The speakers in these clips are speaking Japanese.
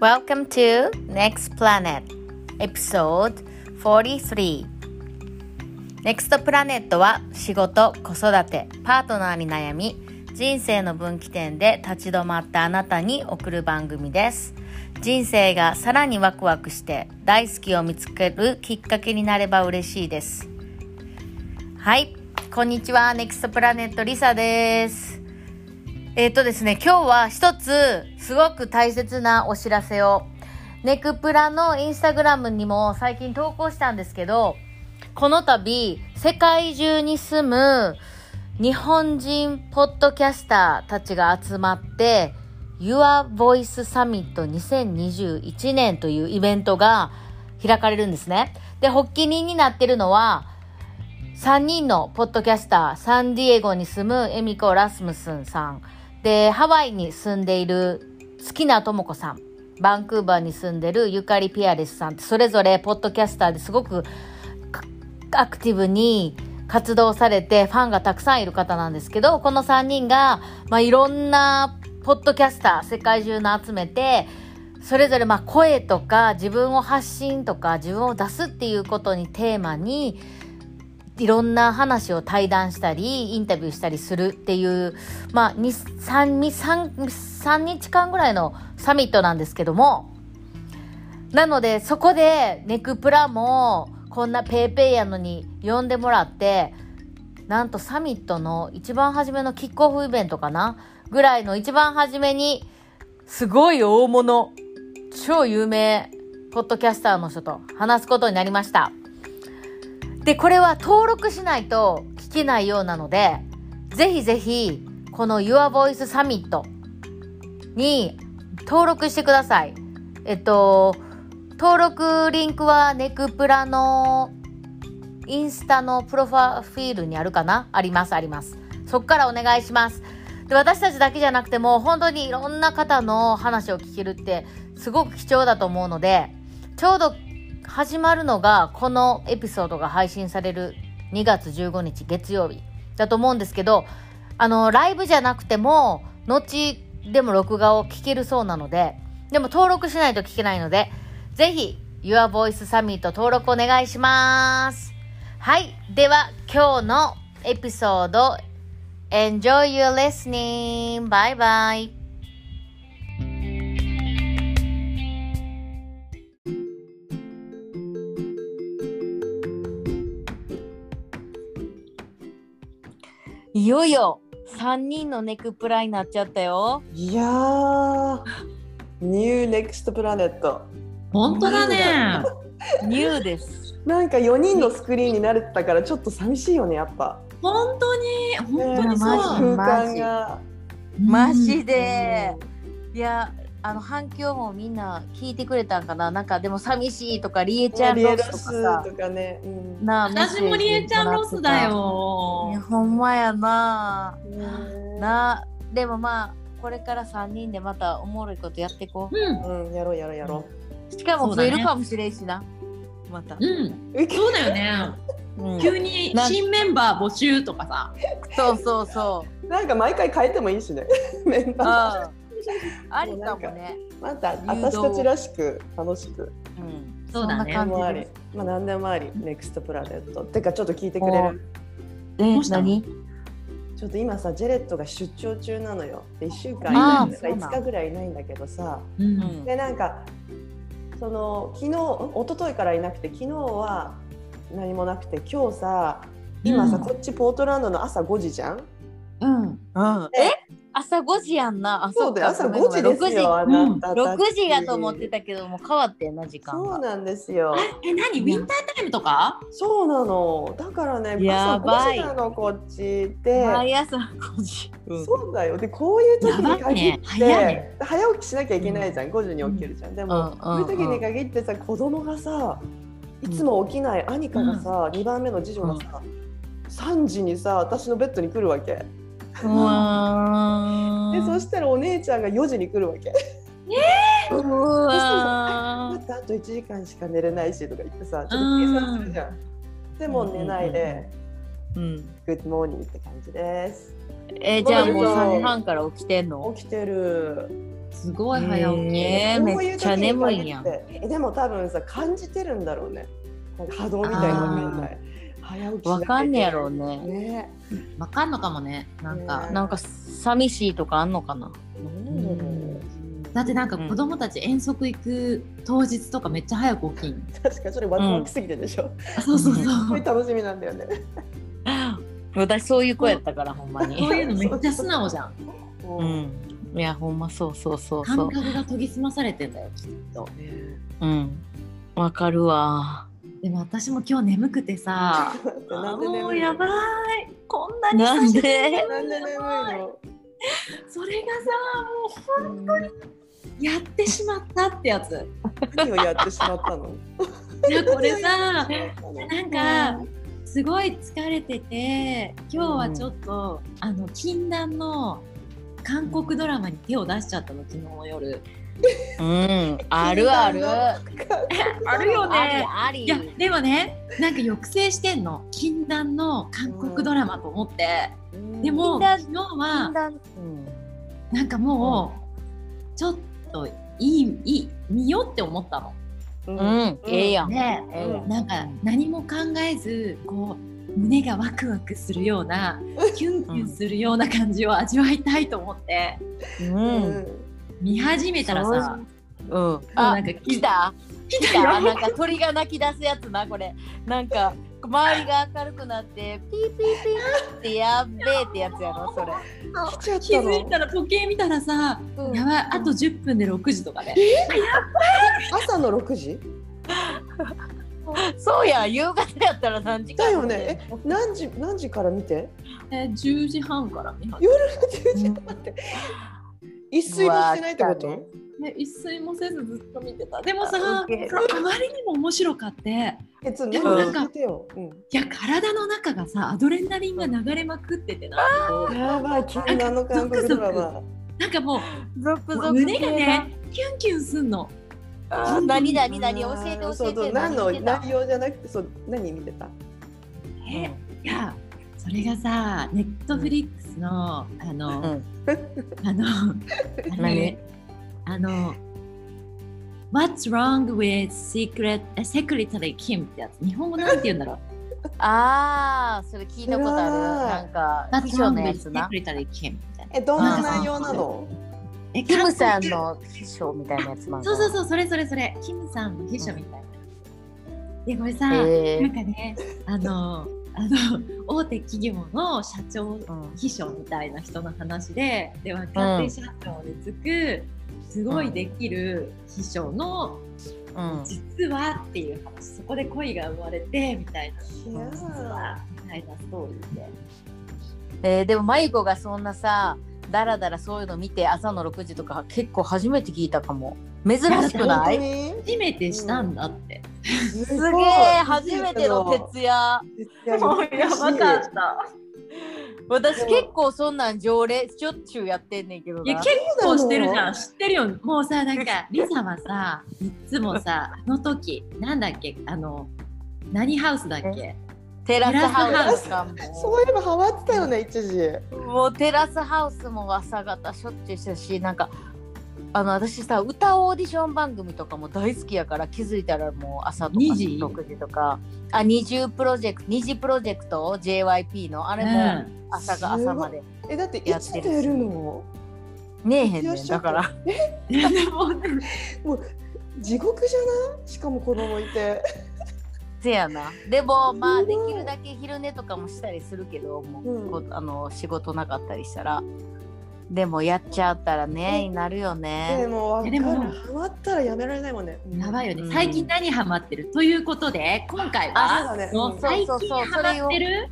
Welcome to Next Planet Episode 43 Next Planet は仕事、子育て、パートナーに悩み人生の分岐点で立ち止まったあなたに送る番組です人生がさらにワクワクして大好きを見つけるきっかけになれば嬉しいですはいこんにちは NEXT プラネットリサですえっ、とですね、今日は一つすごく大切なお知らせを、ネクプラのインスタグラムにも最近投稿したんですけど、この度、世界中に住む日本人ポッドキャスターたちが集まって、Your Voice Summit 2021年というイベントが開かれるんですね。で、発起人になってるのは、3人のポッドキャスター、サンディエゴに住むエミコ・ラスムスンさん、で、ハワイに住んでいる月名智子さん、バンクーバーに住んでるゆかりピアレスさんって、それぞれポッドキャスターですごくかアクティブに活動されてファンがたくさんいる方なんですけど、この3人が、まあ、いろんなポッドキャスター、世界中の集めて、それぞれまあ声とか自分を発信とか自分を出すっていうことにテーマにいろんな話を対談したりインタビューしたりするっていう、まあ、に3, に3 3日間ぐらいのサミットなんですけどもなのでそこでネクプラもこんなペーペーやのに呼んでもらってなんとサミットの一番初めのキックオフイベントかなぐらいの一番初めにすごい大物超有名ポッドキャスターの人と話すことになりました。でこれは登録しないと聞けないようなのでぜひぜひこの Your Voice Summit に登録してくださいえっと登録リンクはネクプラのインスタのプロファフィールにあるかなありますありますそこからお願いしますで私たちだけじゃなくても本当にいろんな方の話を聞けるってすごく貴重だと思うのでちょうど始まるのがこのエピソードが配信される2月15日月曜日だと思うんですけどあのライブじゃなくても後でも録画を聞けるそうなのででも登録しないと聞けないのでぜひ Your Voice Summit 登録お願いしますはいでは今日のエピソード Enjoy your listening! Bye bye! いよいよ3人のネクプラになっちゃったよ。いやー、ニューネクストプラネット。本当だね。ニューです。なんか4人のスクリーンに慣れてたからちょっと寂しいよね、やっぱ。本当に、本当マにジそ空う。間が。マジで、いやあの反響もみんな聞いてくれたんかななんかでも寂しいとかりえちゃんリロエロスとかスさとかね。うんなあ私もりえちゃんロスだいやよ。ほんまやなねなでもまあこれから3人でまたおもろいことやっていこうん、うん、やろうやろうやろうしかもそ増うだねえるかもしれんしな、また、うん、う。そうだよね。うん急に新メンバー募集とかさ。そうそうそうなんか毎回変えてもいいしね。 メンあバありかもねー。また誘導私たちらしく楽しく。うんそうだねそんなもあ感じりです。まあ何でもあり。ネクストプラネット。てかちょっと聞いてくれる。えどうしたの何ちょっと今さジェレットが出張中なのよ。で1週間いないあーんだかそうなん5日ぐらいいないんだけどさ。う、うんんでなんかその昨日ん一昨日からいなくて昨日は何もなくて今日さ今さ、うんこっちポートランドの朝5時じゃんうん、うん、え朝5時やんなあそうだよっか朝ごめんご5め時んですよ、ごめんあなた6たち時やと思ってたけども変わってんな時間そうがなんですよえ、何、ウィンタータイムとか。そうなのだからねや朝ば5い時なのこっちで毎朝5時、そうだよでこういう時に限ってやばいね早い早起きしなきゃいけないじゃん、5時に起きるじゃんでも、そういう時に限ってさ子供がさいつも起きないアニカがさ、二2番目の次女がさ、3時にさ私のベッドに来るわけでうわーそしたらお姉ちゃんが4時に来るわけうだわってあと1時間しか寝れないしとか言ってさちょっと計算するじゃん、でも寝ないで、ーうんグッドモーニングって感じですえーじゃあもう3時半から起きてんの起きてるすごい早起き。えーこうめいうっちゃ時に眠限っいやん。てえでも多分さ感じてるんだろうねなんか波動みたいなのみたい早起きしなきゃいけなわいかんねやろうね。ねわかんのかもね。なんか。なんか寂しいとかあんのかな。うんだってなんかうん子供たち遠足行く当日とかめっちゃ早く起きん。確かにそれワクワクすぎてでしょ、あそうそうすそ。ごいう楽しみなんだよね、私そういう子やったからほんまにこ。ういうのめっちゃ素直じゃん。うねん。いやほんまそうそうそうそ感う。覚が研ぎ澄まされてんだよきっと。うん。わかるわ。でも私も今日眠くてさ。なんで眠いのもうやばい。こんなにな久んしぶりで？なんで眠いのそれがさもう本当にやってしまったってやつ。何をやってしまったのいやこれさうなんかすごい疲れてて今日はちょっと、あの禁断の韓国ドラマに手を出しちゃったの昨日の夜。うん。あるある。 あるよあり。あり。いやでもねなんか抑制してんの禁断の韓国ドラマと思って、んでも禁断昨日禁は断うんなんかもう、ちょっといいいい見ようって思ったの。うんうん。ええやん。ねええやんなんか何も考えずこう胸がワクワクするようなキュンキュンするような感じを味わいたいと思ってうん。見始めたらさうん。なあんか、来た来来たなんか鳥が鳴き出すやつな、これ。なんか、周りが明るくなって、ピーピーピーってやっべえってやつやろ、それ。来ちゃっ気たのづいたら時計見たらさ、うんやばいあと10分で6時とかで、朝の6時そうや、夕方やったら何時間だよねえ何時何時から見てえー10時半から見始夜の10時待って 一睡もしてないってこと、うわめて一睡もせずずっと見てたでもさああウケるまりにも面白かってえちょっとでもななんんかか聞いてよ、うん、いや体の中がさアドレナリンが流れまくっててな,、やばい君のあの韓国ドラマなんかもうゾップゾップ。胸がねキュンキュンすんのあー。何何何教えてあー教そうえそうて。何の見てた内容じゃなくてそう何見てたえいやそれがさネットフリックスのあうの、ん あのあれあの What's wrong with secret eh, secretary Kim ってやつ日本語なんて言うんだろうあー、それ聞いたことある。うわーなんか、 秘 What's 書 wrong のや with つな。 secretary Kim みたいなえどんな内容なのえキムさ韓ん国の秘書みたいなやつなんかなそうそうそうそれそれそれキムさんの秘書みたいな、でこれさ、へなえんかねあのあの大手企業の社長うん秘書みたいな人の話でで若手社長につく、すごいできる秘書うのん実はっていう話そこで恋が生まれてみたいな実いはみたいなストーリーでえーでもマイコがそんなさだらだらそういうの見て朝の6時とか結構初めて聞いたかも珍しくや本な当いに初めてしたんだって、すすげえ初めての徹夜夜た私結構そんなん常連しょっちゅうやってんねんけどいなや結構してるじゃん知ってるよもうさなんかリサはさいつもさあの時なんだっけあの何ハウスだっけテラスハウスかそういえばハマってたよね一時ももうテラスハウスも朝方しょっちゅうしてたしなんかあの私さ歌オーディション番組とかも大好きやから気づいたらもう朝とか2時6時とかあ20プロジェクト2時プロジェクト JYP のあれも朝が朝までえだっていつ出るのねえへんいらっねんしだゃっかたらうん、でもねもう地獄じゃないしかも子供いてせやなでもまあすでごいきるだけ昼寝とかもしたりするけどもう、うんこあの仕事なかったりしたらでもやっちゃったらね、になるよでね、も分でかもるハマったらやめられないもんね やばいよね、うん最近何ハマってるということで今回あはそうだねそううそんう最そう近そうハマってる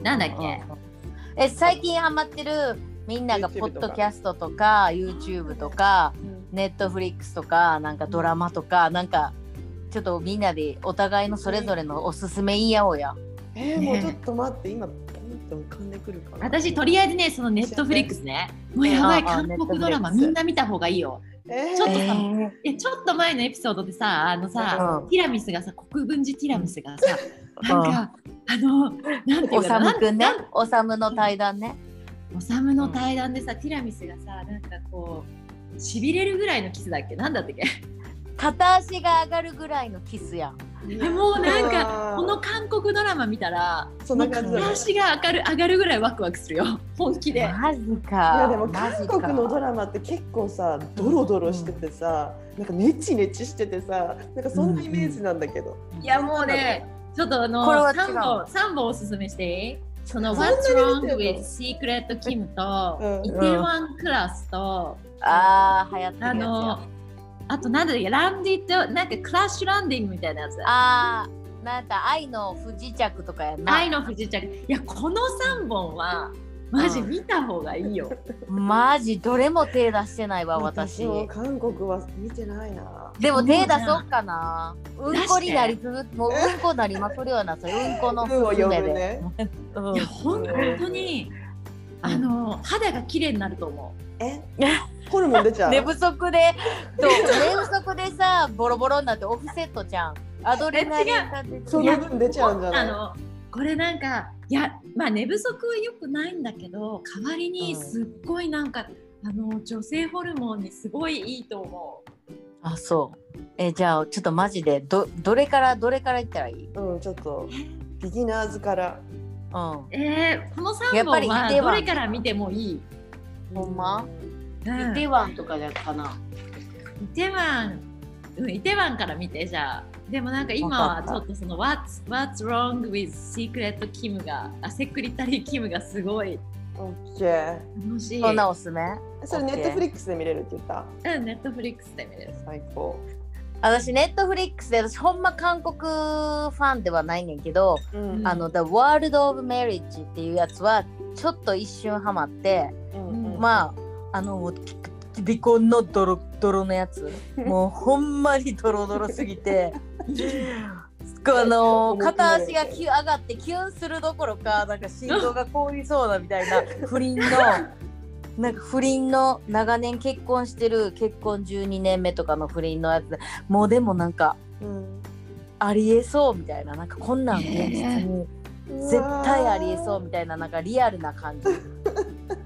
うなんだっけうえ最近ハマってるみんなが YouTube ポッドキャストとか YouTube とか Netflix とかなんかドラマとかなんかちょっとみんなでお互いのそれぞれのおすすめ言い合おうや、えーもうちょっと待って今ポンって浮かんでくるから私とりあえずねそのネットフリックスねもうやばい韓国ドラマ Netflix みんな見た方がいいよえーちょっとえさーえちょっと前のエピソードでさあのさうんティラミスがさ国分寺ティラミスがさなんかあのなんていおうさかむなくんねおさむの対談ねおさむの対談でさティラミスがさなんかこうしびれるぐらいのキスだっけなんだったっけ片足が上がるぐらいのキスやんえもうなんかこの韓国ドラマ見たらそんな感じだね片足が上がる上がるぐらいワクワクするよ本気でマジかいやでも韓国のドマラマって結構さドロドロしててさ、なんかネチネチしててさなんかそんなイメージなんだけど、いやもうねちょっとあのこれは違う3本三本おすすめしていいその「そんなに What's Wrong 見てん with の Secret Kim」うとん「イテワンクラス」とジかあー流行ってるやつやあのあとなんだっけランディとなんかクラッシュランディングみたいなやつあーなんか愛の不時着とかやな愛の不時着いやこの3本はマジ見た方がいいよ、マジどれも手出してないわ私私も韓国は見てないなでも手出そうかなうんこになりつぶもう出うんこなりまくるようなそれうんこの文をす読めむで、ねうんいや本当に、あの肌が綺麗になると思うえホルモン出ちゃう寝不足でと寝不足でさボロボロになってオフセットじゃんアドレナリンが出てその分出ちゃうんじゃないあのこれなんかいやまあ寝不足は良くないんだけど代わりにすっごいなんか、あの女性ホルモンにすごいいいと思うあそうえじゃあちょっとマジでどどれからどれからいったらいいうんちょっとビギナーズからうんえー、このや3っぱ本りはイテウォどンれから見てもいい、ほんまうん、イ手ワンとかじゃかなテワンうんイテワンから見てじゃあでもなんか今はちょっとその What's, What's wrong with secret Kim があセクリタリー Kim がすごいオッケー楽しいそんなおすすめそれネットフリックスで見れるって言ったうん、ネットフリックスで見れる。最高、私ネットフリックスで私ほんま韓国ファンではないねんけど、うんあの「The World of Marriage」っていうやつはちょっと一瞬ハマってうんあまああの離婚の泥泥のやつもうほんまにドロドロすぎてあの片足がきゅ上がってキュンするどころかなんか心臓が凍りそうなみたいな不倫のなんか不倫の長年結婚してる結婚12年目とかの不倫のやつもうでもなんかうんありえそうみたいななんかこんなん現実に絶対ありえそうみたいななんかリアルな感じ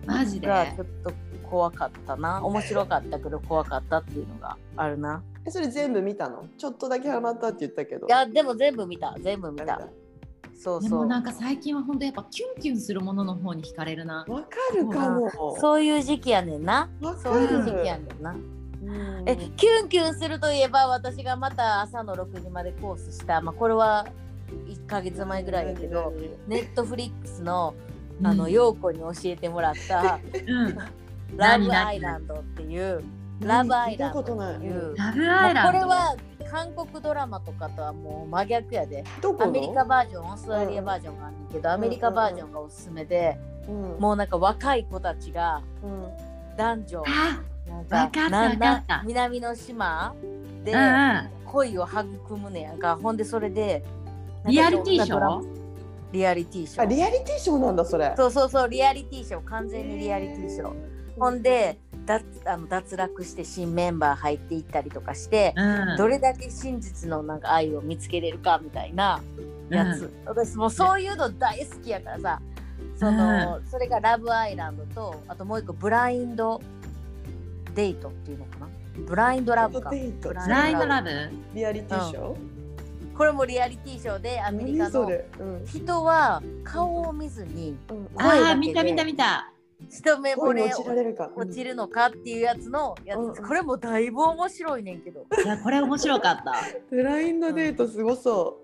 マジで。がちょっと怖かったな面白かったけど怖かったっていうのがあるなえそれ全部見たのちょっとだけハマったって言ったけどいやでも全部見た全部見たそうでそもうなんか最近は本当やっぱキュンキュンするものの方に惹かれるな。わかるかもそういう時期やねんなわかそうるいう時期やねんな、うんえキュンキュンするといえば私がまた朝の6時までコースした、まあ、これは1ヶ月前ぐらいやけどネットフリックスのあの、陽子に教えてもらったうん、 「ラブアイランド」っていうラブアイランドって何聞いいたこう、とラブまアイあラこンド。れは韓国ドラマとかとはもう真逆やでどこアのメリカバージョンオーストラリアバージョンがあるんだけど、アメリカバージョンがおすすめで、うんもうなんか若い子たちがうん男女あ、なんわかったなんわかった南の島でうん恋を育むねやんかほんでそれでうん。リアリティショなんかどんなードラマリアリティショあーリアリティショーなんだそれそうそうそうリアリティショー完全にリアリティショーほんで脱あの脱落して新メンバー入っていったりとかして、うん。どれだけ真実のなんか愛を見つけれるかみたいなやつ、私もうそういうの大好きやからさその、それが「ラブアイランドと」あともう一個「ブラインドデート」っていうのかなブラインドラブかデートブブラインドラブブ。リアリティショーこれもリアリティショーでアメリカ何そのれうん人は顔を見ずにうんあ声だけあであ、見た見た見た。一目惚恋にれ落ちられるか落ちるのかっていうやつのやうんつこれもだいぶ面白いねんけどいや、これ面白 かった。ブラインドデートすごそ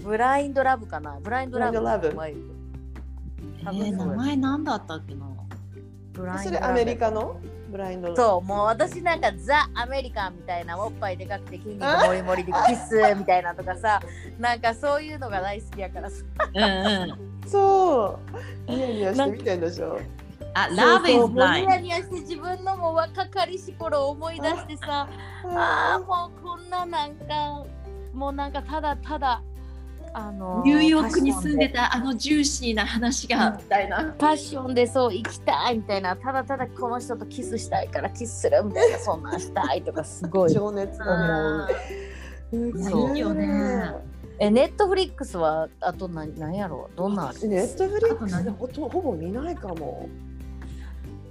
うブラインドラブかなブラインドラブブラインドラうブまいえ多分そうー、名前なんだったっけな。ブラインそドれラブアメリカのブラインドうそうもう私なんかザ・アメリカンみたいなおっぱいでかくて筋肉もりもりでキスみたいなとか さなんかそういうのが大好きやからさうんうん。そうニヤニヤして見てんでしょあ、ラブイズもうニブラインヤニヤして自分のもう若かりし頃を思い出してさあーもうこんななんかもうなんかただただあのニューヨークに住んでたたあのジューシーな話がみたいな。パッションでそう行きたいみたいなただただこの人とキスしたいからキスするみたいなそんなんしたいとかす ごい情熱思がうそういいよねえネットフリックスはあと何何やろうどんなんあるネットフリックあとスで何ほとほぼ見ないかも。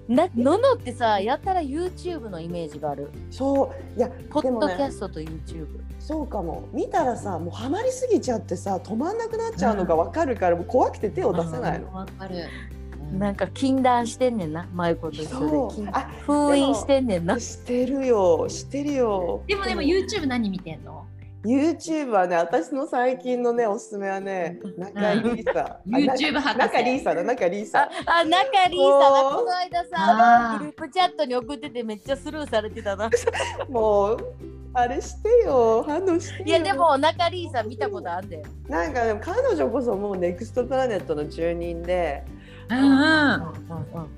なののってさやたら YouTube のイメージがあるそういやポでッもドキャねストと YouTube、そうかも見たらさもうハマりすぎちゃってさ止まんなくなっちゃうのがわかるから、もう怖くて手を出せないの。わかる。なんか禁断してんねんな舞子と一緒そでう禁あ封印してんねんなしてるよしてるよでもでも YouTube 何見てんの YouTube はね私の最近のねおすすめはね中井リーサ ?YouTube あな博中リー士。サだ中リーあサ、あ、中リーサがもうこの間さあー、グループチャットに送っててめっちゃスルーされてたな。もうあれしてよ反応してよいやでも中リーサ見たことあんだよ。なんかでも彼女こそもうネクストプラネットの住人でうんうん。う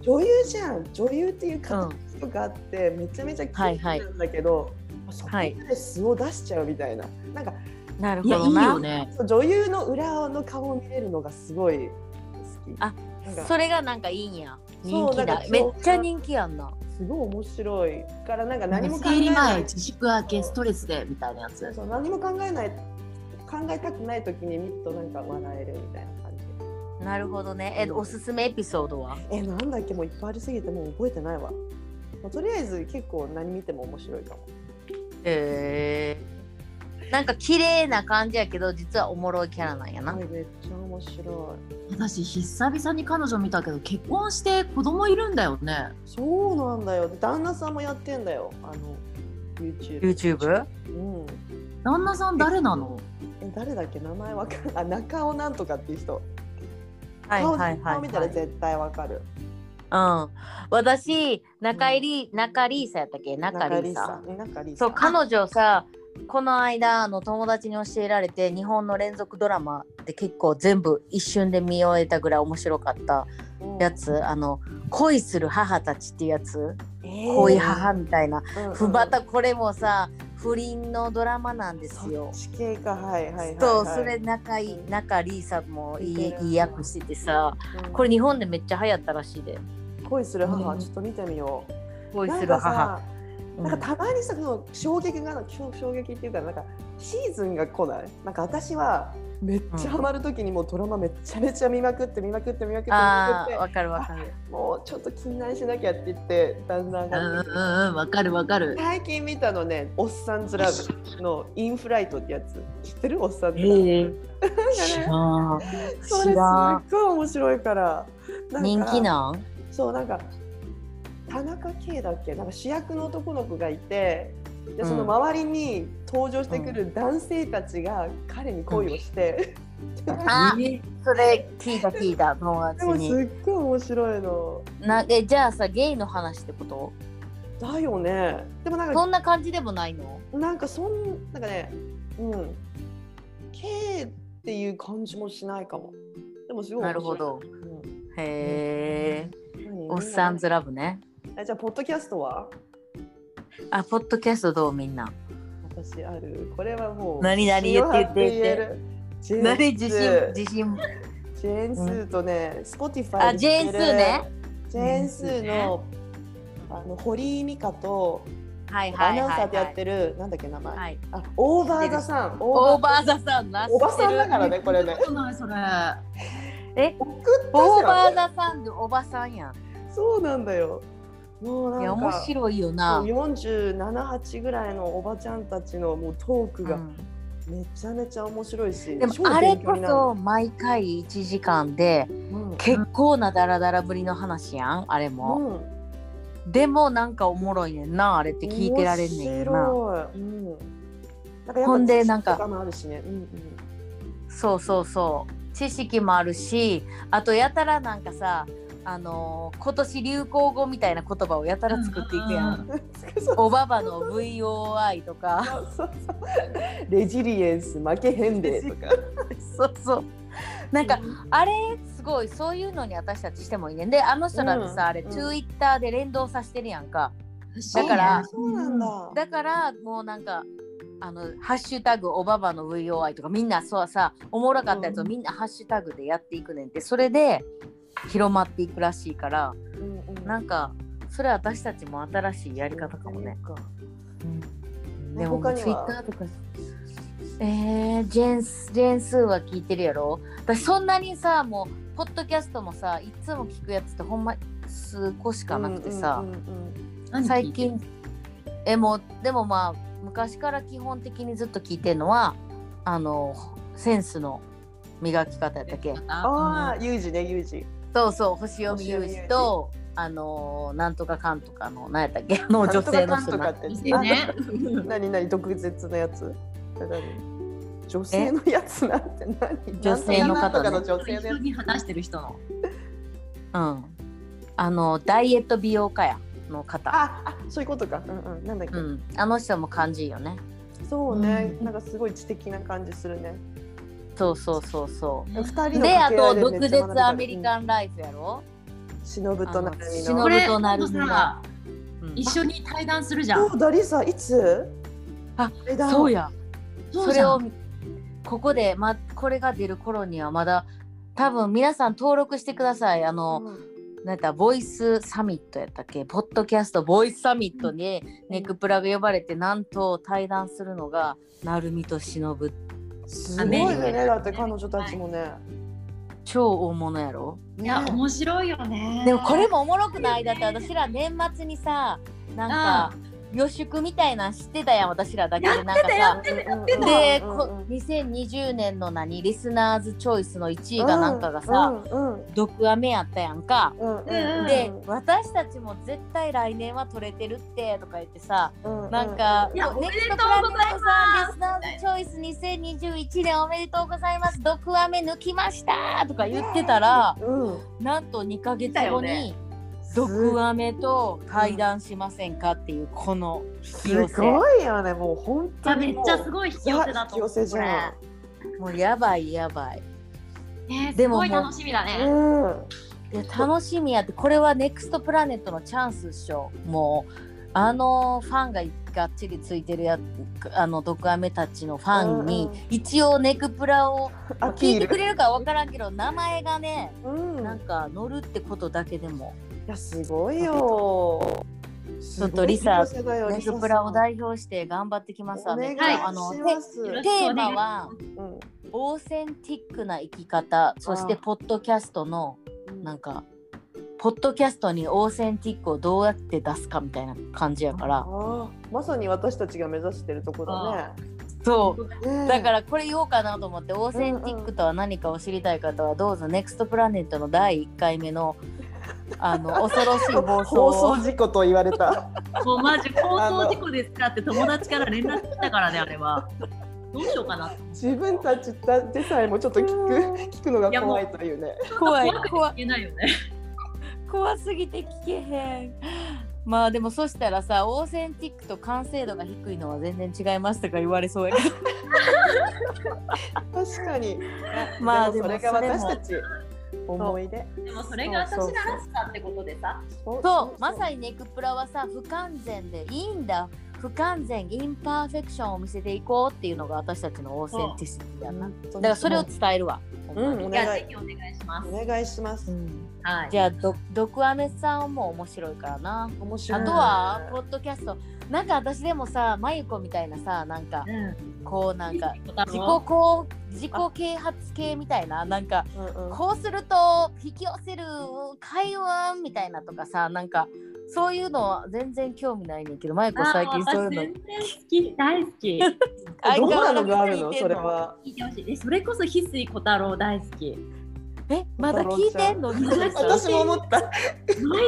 女優じゃん女優っていう形とかあって、めちゃめちゃ綺麗なんだけど、そこで素を出しちゃうみたいななんかん、なるいほやいどいよな。ね。女優の裏の顔を見れるのがすごい好きあなんかそれがなんかいいんや。そ人う気なんだか。めっちゃ人気やんな。すごい面白いからなんか何も考生え理な前い自粛明けストレスでみたいなやつそう。そう何も考えない考えたくない時にミッとなんか笑えるみたいな感じなるほどね。え、おすすめエピソードはえなんだっけもういっぱいありすぎてもう覚えてないわもうとりあえず結構何見ても面白いかもへえ。なんか綺麗な感じやけど、実はおもろいキャラなんやな。はいめっちゃ面白い私久々に彼女見たけど結婚して子供いるんだよね。そうなんだよで旦那さんもやってんだよあの YouTube、 YouTube? うん、旦那さん誰なの？え誰だっけ名前わかんあ中尾なんとかっていう人はいはいはい、はい。顔見たら絶対わかるうん、私中入り、中リーサやったっけ中リーサ中里さん中里さんそう彼女さこの間あの友達に教えられて日本の連続ドラマって結構全部一瞬で見終えたぐらい面白かったや、つあの恋する母たちっていうやつ恋母みたいな、うんうんふまたこれもさ不倫のドラマなんですそよっ。ち系かはいはいはい、はい、そうそれ仲いい仲リーサもいいいい役しててさうんこれ日本でめっちゃ流行ったらしいで恋する母、うんちょっと見てみよう恋する母。なんかさなんかたまにさその衝撃が衝衝撃っていうかなんかシーズンが来ないなんか私はめっちゃハマる時にもうドラマめっちゃめちゃ見まくって見まくって見まくって見まああくーってわかるわかる。もうちょっと禁断しなきゃって言ってだんだん上うんがっうんてくるうんわかるわかる。最近見たのね「おっさんずラブ」の「インフライト」ってやつ知ってるおっさんずラブ、え知なんからん。ねそ知れすっらんごい面白いからなんか人気なん？そうなんか田中圭だっけなんか主役の男の子がいてでその周りに登場してくる男性たちが彼に恋をして、あえーそれ聞いた聞いた友 で達もに。すっごい面白いのなえじゃあさゲイの話ってこと？だよねでもなんそかんな感じでもないの？なんかそんなんかねうん圭っていう感じもしないかもでもすごいな面る白ほい、ど。うへえ。ん、おっさんずラブね。えじゃあポッドキャストはあポッドキャストどうみんな？私あるこれはもう何々言って言って言って言何自信自信？ジェーンスーとね、スポティファイあジェーンスーね。ジェーンスーの、あの堀井美香と、はいはいアナウンサはーでやっいてる、なんだっけ名前、はい。はい。あ、オーバーザさん、オーーバーザさんな。おばさんだから知ってる。ね、これね。そうないそれ。送ったじゃんオーバーザさんでおばさんやん。そうなんだよ。もうなんいか。や面白いよな。四十七八ぐらいのおばちゃんたちのもうトークうがんめちゃめちゃ面白いし、でも超あれ勉強こになるそ毎回1時間でうん結構なダラダラぶりの話やんあれも、うんでもなんかおもろいねんなあれって聞いてられんねんな面白いうんなんかやっぱほんでなんか知識ともあるしね、うんうん、そうそうそう知識もあるしあとやたらなんかさあのー今年流行語みたいな言葉をやたら作っていくやん、うん。おばばの VOI とかそうそうレジリエンス負けへんでとか。 そうそうなんかあれすごいそういうのに私たちしてもいいねんであの人らってさ、うんあれうん Twitter で連動させてるやんか、だだからそうなんだ。だからもうなんかあの「ハッシュタグおばばの VOI」とかみんなそうさおもろかったやつをみんなハッシュタグでやっていくねんってそれで広まっていくらしいからうんうんなんかそれ私たちも新しいやり方かもね。。でも他にはツイッターとかえー、ジェンスジェンスーは聞いてるやろ私そんなにさもうポッドキャストもさいつも聞くやつってほんま数個しかなくてさ、うんうんうん最近えもうでもまあ昔から基本的にずっと聞いてるのはあのセンスの磨き方やったっけあああ、ユージね、ユージ。そうそう星読み有志とあのなんとかかんとかの何やったっけあの女性のなん人となんかかとかあって。ーねあ何何毒舌のやつ。何女性のやつなんて何？女性のなんと方かねの女性のや一緒に話してる人のうんあのダイエット美容家やの方ああそういうことか。うんうん。なんだっけ。うんあの人も感じいいよねそうね、うんなんかすごい知的な感じするね。そうそうそうそう二人の掛け合いであとめっ毒ちゃ学べた舌アメリカンライフやろ、忍となみあのの。忍これノブとなるみが今度さうん一緒に対談するじゃんそうだリサいつ？あ対談そう。やそそうじれゃをんここで、ま、これが出る頃にはまだ多分皆さん登録してくださいあの、うんなんやったボイスサミットやったっけポッドキャストボイスサミットにネクプラが呼ばれてなんと対談するのが成美と忍すすごいアメねリカだって彼女たちもね。超大物やろいやね面白いよねでもこれもおもろくないだって私ら年末にさなんか予祝みたいなん知ってたやん私らだけでなんかやさうんうんうんで、うんこ2020年の何リスナーズチョイスの1位がなんかがさ、うんうん毒アメやったやんか。うんうんうんで、私たちも絶対来年は取れてるってとか言ってさ、なんか、いやこおめでとネクうトプラネットさんリスナーズチョイス2021年おめでとうございます、毒アメ抜きましたとか言ってたら、うん、なんと2ヶ月だよ後ねに、毒アメと対談しませんかっていう、この引き寄すせ。ごいよね、もう本いや当めっにちゃすごい引き寄せだと思う引き寄せじゃんもうやばいやばい。これねですももごうい楽しみだうねん、いや楽しみやってこれはネクストプラネットのチャンスっしょもうあのファンががっちりついてるやあの毒アメたちのファンに、うんうん一応ネクプラをア聞ピいてーくル。れるかわからんけど名前がねうん、なんいか乗るってことだけでもやすごいよ。ちょっとリサネネクプラを代表して頑張ってきますお願めいっしちゃあのテます。よろしテーマはうんオーセンティックな生き方そしてあポッドキャストのなんかポッドキャストにオーセンティックをどうやって出すかみたいな感じやからあーまさに私たちが目指してるとこだそうね。、だかららこれ言おうかなと思って、オーセンティックとは何かを知りたい方はどうぞネクストプラネットの第1回目 のあの恐ろしい放放送を送事故と言われた。もうマジ放送事故ですかって友達から連絡来たからねあれはどうしようかな自分たちだでさえもちょっと聞く聞くのが怖いというね。怖い怖くて怖言えないよね怖すぎて聞けへん。まあでもそしたらさオーセンティックと完成度が低いのは全然違いましたか言われそうやけど確かに。まあでもそれがでも私それもたち思い出。でもそれが私ららしさってことでさそうそうまさにネクプラはさ不完全でいいんだ不完全インパーフェクションを見せていこうっていうのが私たちのオーセンティシティやなだだからそれを伝えるわ、ほんまにうんいお願いやぜひお願いしますお願いします。はいじゃあど毒アメさんも面白いからな。面白あい。とはポッドキャストなんか私でもさまゆこみたいなさなんかうんこうなんか自己ここう自己啓発系みたいななんかうんうん、こうすると引き寄せる開運みたいなとかさなんかそういうのは全然興味ないねんけどまゆこ最近そういうの全然好き大好き相変どんわらなのずがある聞のいてそれは。聞いてほしいでそれこそ翡翠小太郎大好きえまだ聞いて んの 私も思った。毎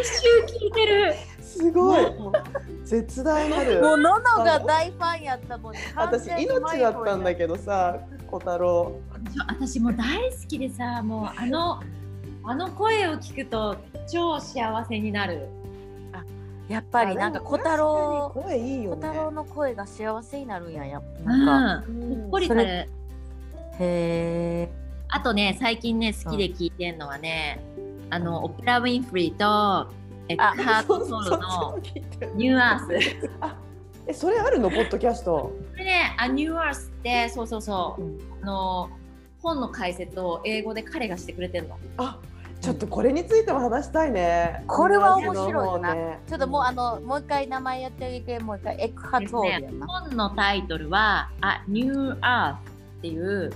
週聞いてるすごい。もう絶大なる。もうののが大ファンやったのに私命だったんだけどさ、小太郎。私も大好きでさもうあのあの声を聞くと超幸せになるやっぱりなんか小太郎確かに声いい小よね。太郎の声が幸せになるんややっぱなんか、なんかうんポリそタれルへえあとね最近ね好きで聞いてんのはね、あのオプラ・ウィンフリーとえカあーそト・うソそうーそルうの聞いてる「ニューアースあ、えそれあるのポッドキャスト。」これね「あニューアース」ってそうそうそう、あの本の解説を英語で彼がしてくれてんのあ、ちょっとこれについても話したいね。これは面白いよな同じのねちょっともうあのもう一回名前やってあげてもう一回エクハトールやな、本のタイトルは「あニューアース」っていう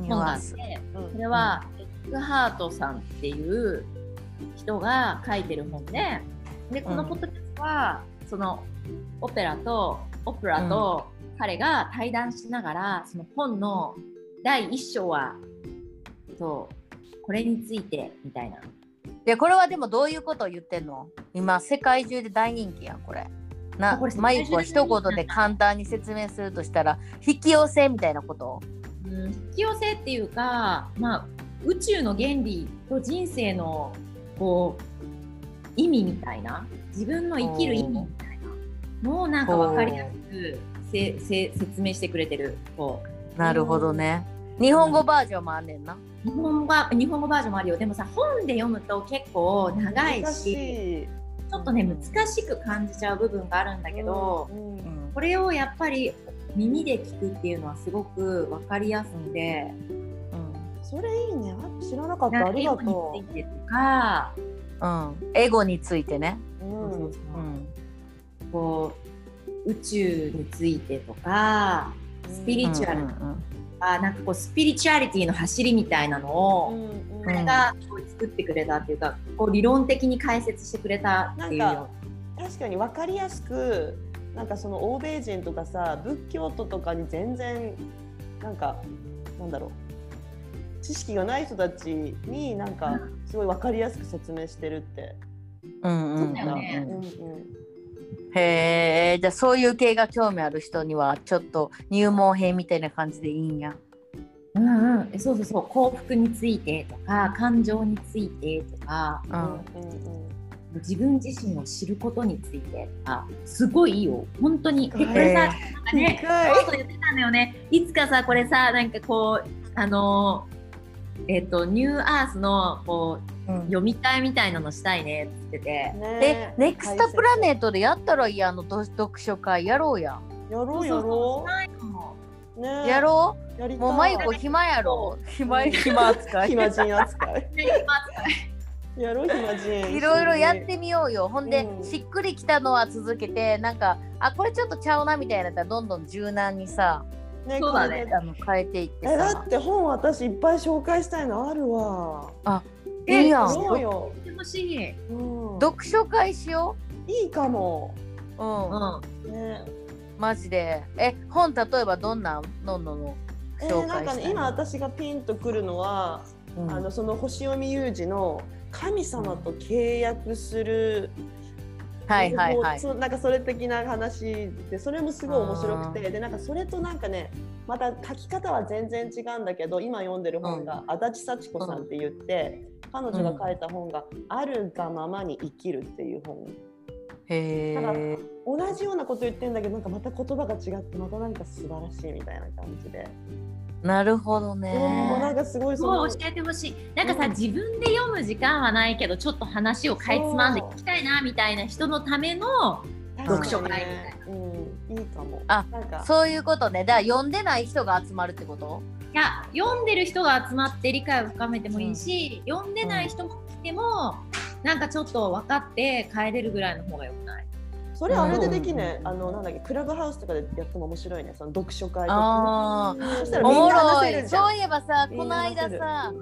ニュ本がアあンっスてうんそれはエッグハートさんっていう人が書いてる本ででこのポッドキャストは、そのオペラとオプラと彼が対談しながら、その本の第1章はとこれについてみたいな。でこれはでもどういうことを言ってんの今世界中で大人気やんこれ。なこれ世マ界中で大イ人気クは一言で簡単に説明するとしたら引き寄せみたいなことうん、引き寄せっていうか、まあ、宇宙の原理と人生のこう意味みたいな自分の生きる意味みたいなのをなんか分かりやすくせせ説明してくれてるこなるほどね。日本語バージョンもあんねんな。う日本語日本語バージョンもあるよでもさ本で読むと結構長いし難しいちょっとね難しく感じちゃう部分があるんだけど、うんうんこれをやっぱり耳で聞くっていうのはすごく分かりやすくて。うんそれいいねあ知らなかっなたあんかり英が語とについてとか、うん、エゴについてね。う、、そううんそううんこう宇宙についてとかスピリチュアルうんとうんか、なんかこうスピリチュアリティの走りみたいなのを、うんうん彼がこう作ってくれたっていうかこう理論的に解説してくれたっていうなんよか確かに分かりやすくなんかその欧米人とかさ仏教徒とかに全然なんかなんだろう知識がない人たちになんかすごい分かりやすく説明してるって。うんうんうんそうだよねうんうんへえじゃあそういう系が興味ある人にはちょっと入門編みたいな感じでいいんや。うんうん、そうそうそう幸福についてとか感情についてとかうんうんうん自分自身を知ることについてとかすごいいいよ本当に。え深いこれさなんかね深いそうそう言ってたんだよね。いつかさ、これさ、なんかこう、あのー、えっ、と、ニューアースの、こう、うん読みたいみたいなのしたいねって言ってでて。ね、ネクストプラネットでやったらいいやんあのど読書会やろうや。やろうやそうそろうないのう。ね、やろう。やりうたいもうマイコ暇やろ。暇暇扱い。 暇人扱い。みんなにまずやろう暇人。 いろいろやってみようよ。ほんで、うんしっくりきたのは続けてなんかあこれちょっとちゃうなみたいなやったらどんどん柔軟にさねそうだねこれあの変えていってえださっ。て本私いっぱい紹介したいのあるわ。えいいやんそそうよ。言ってほしい。うん、読書会しよいいかも。う。ううん、ん。ね。マジで。え本例えばどんなんのんののえ紹介したいのー、なんかね今私がピンとくるのは、うんあのその星読み有事の神様と契約する、はいはいはい。そうなんかそれ的な話でそれもすごい面白くてでなんかそれとなんかねまた書き方は全然違うんだけど今読んでる本が足立幸子さんって言って、彼女が書いた本が「あるがままに生きる」っていう本へだからえ。同じようなこと言ってんだけどなんかまた言葉が違ってまたなんか素晴らしいみたいな感じで、なるほどうんもうなね。んかすごいそものう教えてほしい。なんかさ、うん自分で読む時間はないけど、ちょっと話をかいつまんで聞きたいなみたいな人のための。読書会みたいな、うん、いいかもあなんかそういうことね。だから読んでない人が集まるってこといや読んでる人が集まって理解を深めてもいいし、読んでない人も来ても、なんかちょっと分かって帰れるぐらいの方がよくないそれあれでできね、あのなんだっけクラブハウスとかでやっても面白いねその読書会とかああ。そしたらおみんもなろ話せいるじゃそんういえばさみこんのな話せ間るさ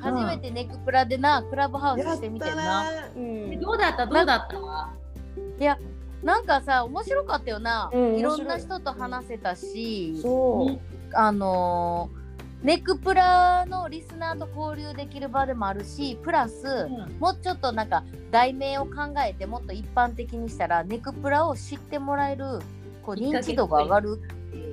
初めてネクプラでなクラブハウスしてみてんなやったねどうだったどうだったなんかさ面白かったよな、うんいろんな面白人と話せたうんし、そうあのーネクプラのリスナーと交流できる場でもあるしプラスうんもうちょっとなんか題名を考えてもっと一般的にしたらネクプラを知ってもらえるこうきっ認かけ知度が上がる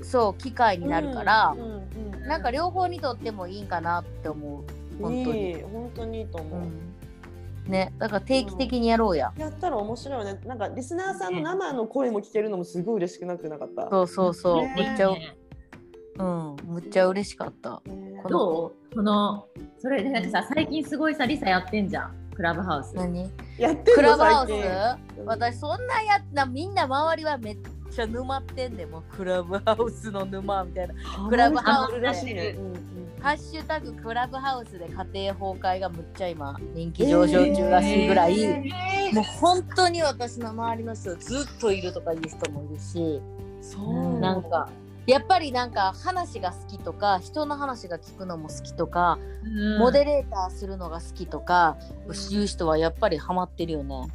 そう機会になるからうん、うんなんか両方にとってもいいんかなって思う。うん本当にいい本当にいいと思う、ね、だから定期的にやろうや。やったら面白いよねなんかリスナーさんの生の声も聞けるのもすごい嬉しくなくなかった、そうそうそう、ねむっちゃ、ねうん、むっちゃ嬉しかった。ねこのどうこのそれでなんかさ最近すごいさリサやってんじゃんクラブハウス何？やってんのクラブハウ最近ス？私そんなやつなみんな周りはめっちゃ沼ってんでもうクラブハウスの沼みたいな。クラブハウスらしいね、ハッシュタグクラブハウスで家庭崩壊がむっちゃ今人気上昇中らしいぐらい。えもう本当に私の周りの人ずっといるとかいう人もいるし、そうなんかやっぱりなんか話が好きとか人の話が聞くのも好きとか、モデレーターするのが好きとか、いう人はやっぱりハマってるよね。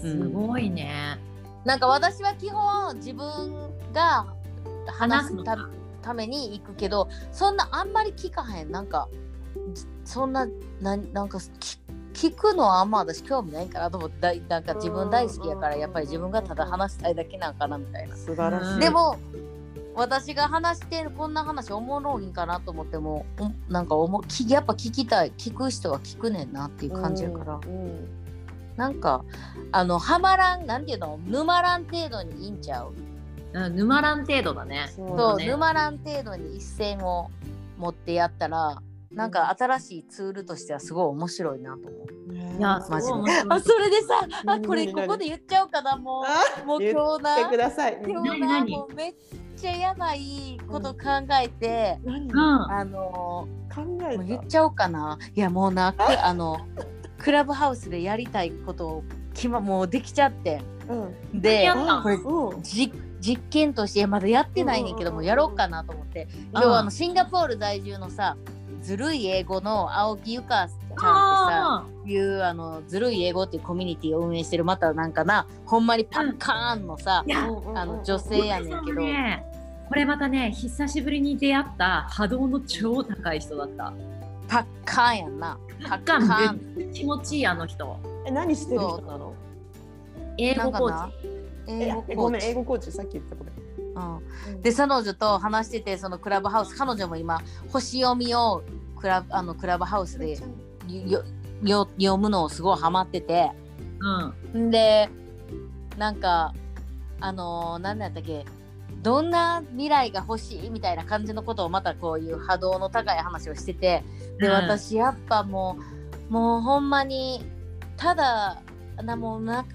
すごいね。なんか私は基本自分が話すたために行くけどそんなあんまり聞かへんなんかそんなななんか聞くのはあんま私興味ないからと思ってなんか自分大好きやからやっぱり自分がただ話したいだけなんかなみたいな。素晴らしい。でも私が話してるこんな話おもろいんかなと思ってもなんかおもきやっぱ聞きたい聞く人は聞くねんなっていう感じやから、うんうん、なんかあのハマらんなんていうの沼らん程度にいいんちゃう、うん、沼らん程度だねそう、ね、沼らん程度に一線を持ってやったらなんか新しいツールとしてはすごい面白いなと思う。いやマジであ それでさあこれここで言っちゃおうかなもうもう今日なください今日なもうめっちゃやばいこと考えて、うん、あの考え言っちゃおうかないやもうなあのクラブハウスでやりたいことを決まもうできちゃって、うん、でこれ、うん、実実験としてまだやってないねんけどもやろうかなと思って今日あのシンガポール在住のさずるい英語の青木ゆかちゃんってさいうあのずるい英語っていうコミュニティを運営してるまたなんかなほんまにパッカーンのさ、うん、あの女性やねんけど、ね、これまたね久しぶりに出会った波動の超高い人だったパッカーンやんなパッカーン気持ちいいあの人え何してる人なの英語コーチ英語コーチごめん英語コーチさっき言ったこれうん、で彼女と話しててそのクラブハウス彼女も今星読みをクラあのクラブハウスでよよ読むのをすごいハマってて、うん、でなんかあのー、何だったっけどんな未来が欲しいみたいな感じのことをまたこういう波動の高い話をしててで私やっぱもう、もうほんまにただなもうな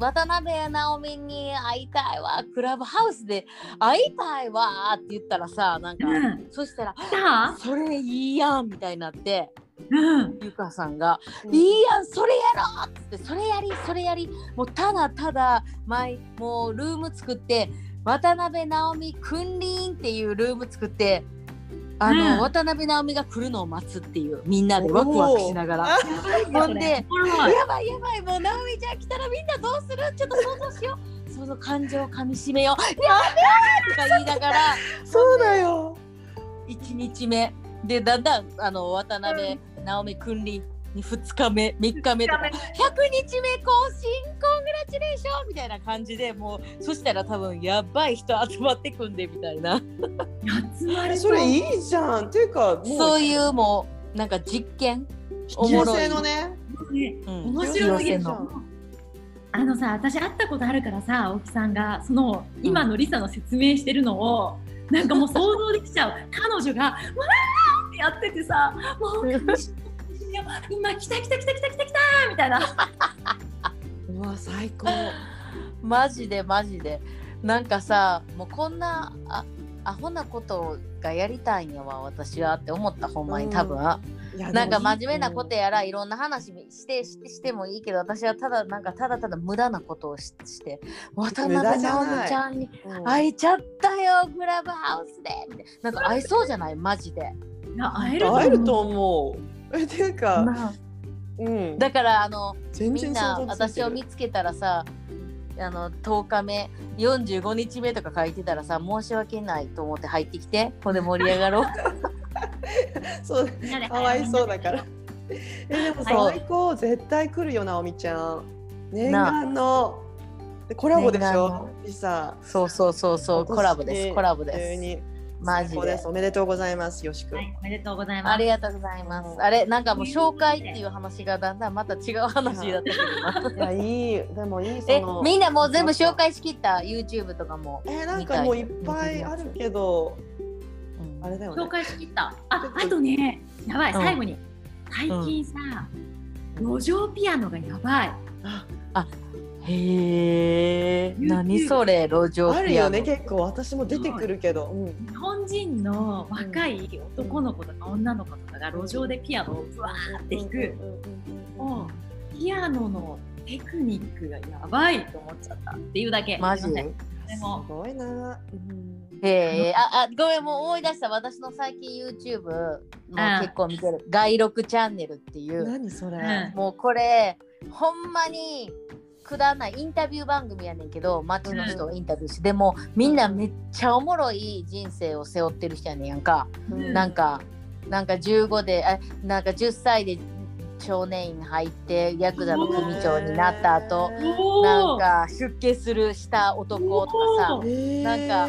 渡辺直美に会いたいわクラブハウスで会いたいわって言ったらさなんか、うん、そしたら「それいいやん」みたいになって、うん、ゆかさんが「うん、いいやんそれやろ!」っつって「それやりそれやりもうただただ前もうルーム作って渡辺直美君臨っていうルーム作って。あの、うん、渡辺直美が来るのを待つっていうみんなでワクワクしながらほんでやばいやばいもう直美ちゃん来たらみんなどうするちょっと想像しようその感情をかみしめようやべえとか言いながらそうだよ1日目でだんだんあの渡辺直美君臨2日目3日目とか100日目更新コングラチュレーションみたいな感じでもうそしたら多分やばい人集まってくんでみたいな集まれそれいいじゃんっていうかそういうもうなんか実験おもろいのね、うん、面白いけどあのさ私会ったことあるからさ青木さんがその今のリサの説明してるのを、うん、なんかもう想像できちゃう 彼女が「わー!」ってやっててさもう今来た来た来た来た来た来たみたいな、うわ最高 マジでマジでなんかさもうこんなあアホなことがやりたいんやわ私はって思ったほんまに多分、うん、なんか真面目なことやらいろんな話してしてもいいけど私はただなんかただただ無駄なことをして渡辺直美ちゃんに会いちゃったよ、クラブハウスでみたいななんか会いそうじゃないマジで会えると思うえていうか、まあ、うん、だからあのみんな私を見つけたらさあの10日目45日目とか書いてたらさ申し訳ないと思って入ってきてここで盛り上が ろうそうかわいそうだから えでも最高、はい、絶対来るよなおみちゃん念願のコラボでしょリサそうそうそうそうコラボですコラボですマジでおめでとうございます。よしく、はいおめでとうございます。ありがとうございます。あれ、なんかもう紹介っていう話がだんだんまた違う話だったけど。いや、いい、でもいい。え、みんなもう全部紹介しきった YouTube とかも。え、なんかもういっぱいあるけど。うん、あれだよ、ね、紹介しきった。あ、あとね、やばい、最後に。最近さ、うん、路上ピアノがやばい。あ、へえ、何それ路上あるよね結構私も出てくるけど、うん、日本人の若い男の子とか女の子とかが路上でピアノをブワーって弾く、うん、ピアノのテクニックがやばいと思っちゃったっていうだけ。マジすいませんすでもごいな。うんへえ、あ、あ、ごめん、もう思い出した。私の最近 YouTube も結構見てる。外録チャンネルっていう。何それ、うんもうこれ、ほんまにくだらないインタビュー番組やねんけど、街の人をインタビューして、でもみんなめっちゃおもろい人生を背負ってる人やねんやんか。うんなんか、なんか15で、あなんか10歳で少年院入って、ヤクザの組長になった後、なんか出家するした男とかさおー。なんか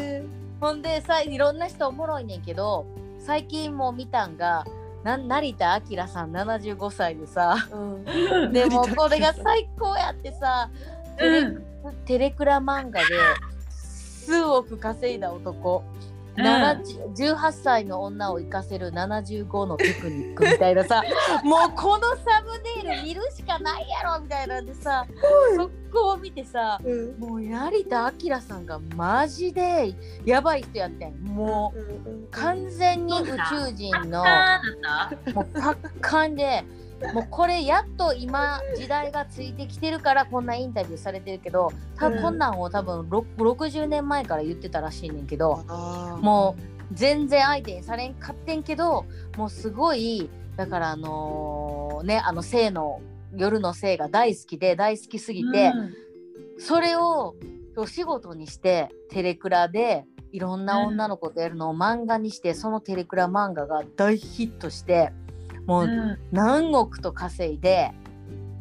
ほんでさいろんな人おもろいねんけど最近もう見たんがな成田明さん75歳でさか、うん、でも成田明これが最高やってさテレ,、うんテレクラ漫画で数億稼いだ男、うん70 18歳の女を生かせる75のテクニックみたいなさ もうこのサムネイル見るしかないやろみたいなんでさ速攻を見てさうんもう成田明さんがマジでやばい人やってんもううん完全に宇宙人のあーだったもうパッカンでもうこれやっと今時代がついてきてるからこんなインタビューされてるけど多う分んこんなんを多分ろ60年前から言ってたらしいねんけどあーもう全然相手にされんかってんけどもうすごいだからあのーねあの性の夜の性が大好きで大好きすぎて。うんそれをお仕事にしてテレクラでいろんな女の子とやるのを漫画にしてそのテレクラ漫画が大ヒットしてもううん何億と稼いで、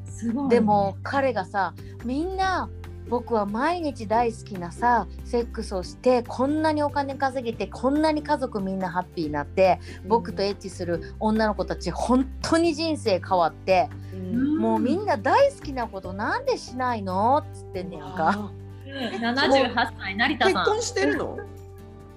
すごいねでも彼がさみんな僕は毎日大好きなさセックスをしてこんなにお金稼げてこんなに家族みんなハッピーになって僕とエッチする女の子たち本当に人生変わってうんもうみんな大好きなことなんでしないのっつってんねやんか。 78歳成田結さん婚してるの？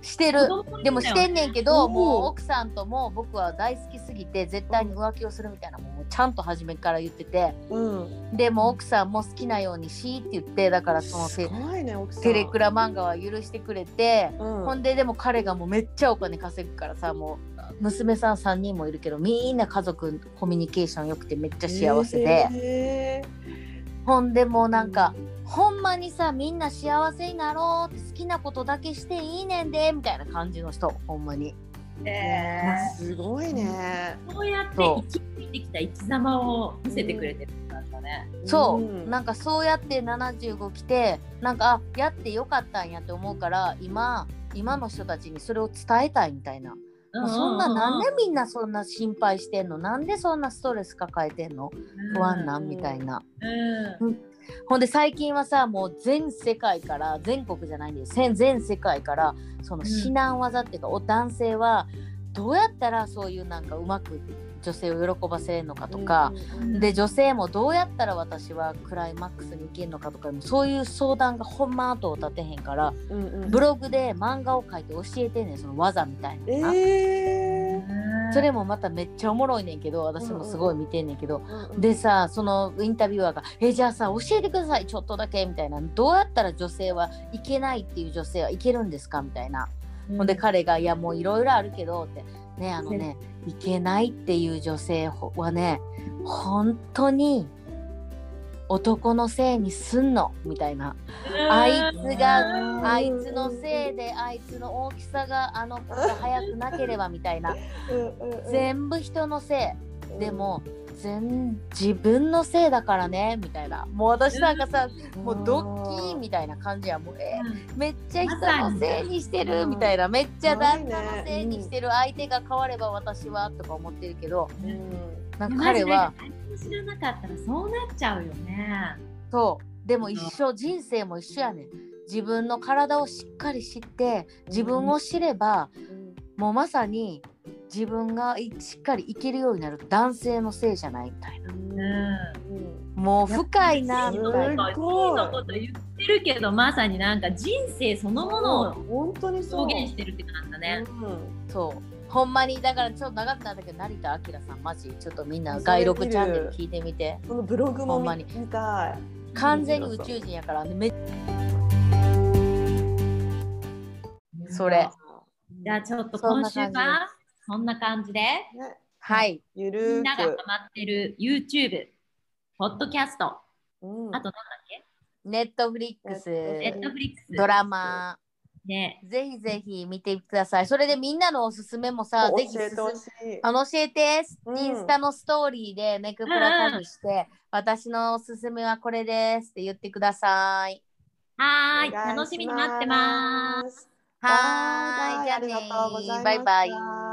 してる子供でもだしよてんねんけどおーもう奥さんとも僕は大好きすぎて絶対に浮気をするみたいなもんをちゃんと初めから言っててうん。でも奥さんも好きなようにしって言ってだからそのすテごいね奥さん。テレクラ漫画は許してくれて、うん。ほんででも彼がもうめっちゃお金稼ぐからさもう娘さん3人もいるけどみんな家族コミュニケーション良くてめっちゃ幸せで、へほんでもうーなんか、。ほんまにさみんな幸せになろうって好きなことだけしていいねんでみたいな感じの人ほんまに。えすごいね。ーそうやってそう生き抜いてきた生き様を見せてくれてるんだったね。そう、んなんかそうやって75来てなんかあやってよかったんやって思うから今今の人たちにそれを伝えたいみたいな、うもうそんななんでみんなそんな心配してんのなんでそんなストレス抱えてんの不安なうんんみたいな、うんほんで最近はさもう全世界から全国じゃないんです全全世界からそのうん至難技っていうか、お男性はどうやったらそういうなんかうまく女性を喜ばせれるのかとか、うんで女性もどうやったら私はクライマックスに行けるのかとかもそういう相談がほんま後を立てへんからうんうんブログで漫画を書いて教えてんねんその技みたいなのが、えそれもまためっちゃおもろいねんけど私もすごい見てんねんけど、ー。でさそのインタビュアーが「えじゃあさ教えてくださいちょっとだけ」みたいな「どうやったら女性はいけないっていう女性はいけるんですか?」みたいなほんで彼が「いやもういろいろあるけど」って「ねあのねいけないっていう女性はね本当に男のせいにすんの」みたいな「あいつがうんあいつのせいであいつの大きさがあの子が速くなければ」みたいなうんうんうん全部人のせいでも全自分のせいだからねみたいなもう私なんかさもうドッキーみたいな感じやもうえーめっちゃ人のせいにしてるみたいなめっちゃ旦那のせいにしてる相手が変われば私はとか思ってるけどうんなんか彼彼はは知らなかったらそうなっちゃうよね。そうでも一生人生も一緒やねん自分の体をしっかり知って自分を知ればもうまさに自分がいしっかり生きるようになる男性のせいじゃないみたいなうんうんもう深いなみすたいごないこと言ってるけどまさになんか人生そのものを本当にそう。表現してるって感じだね。うんそう。ほんまにだからちょっと長くなったけど成田明さんマジちょっとみんなそれ外見る録チャンネル聞いてみてこのブログもほんま見に見たい。完全に宇宙人やからめそれじゃあちょっと今週はそんな感じではいゆみるんながハーく。マってる YouTube、ポッドキャスト、うんあとなんだっけネットフリックス、ネネットフリックス。ドラマ、ね。ぜひぜひ見てください。それでみんなのおすすめもさ、教ぜひすえてほしすい。あの教えて、うんインスタのストーリーでネクプラタグして、私のおすすめはこれですって言ってください。はおーい。願し楽しみに待ってます。す。はーい、じゃあバイねバイありがとうございましたバイバイ。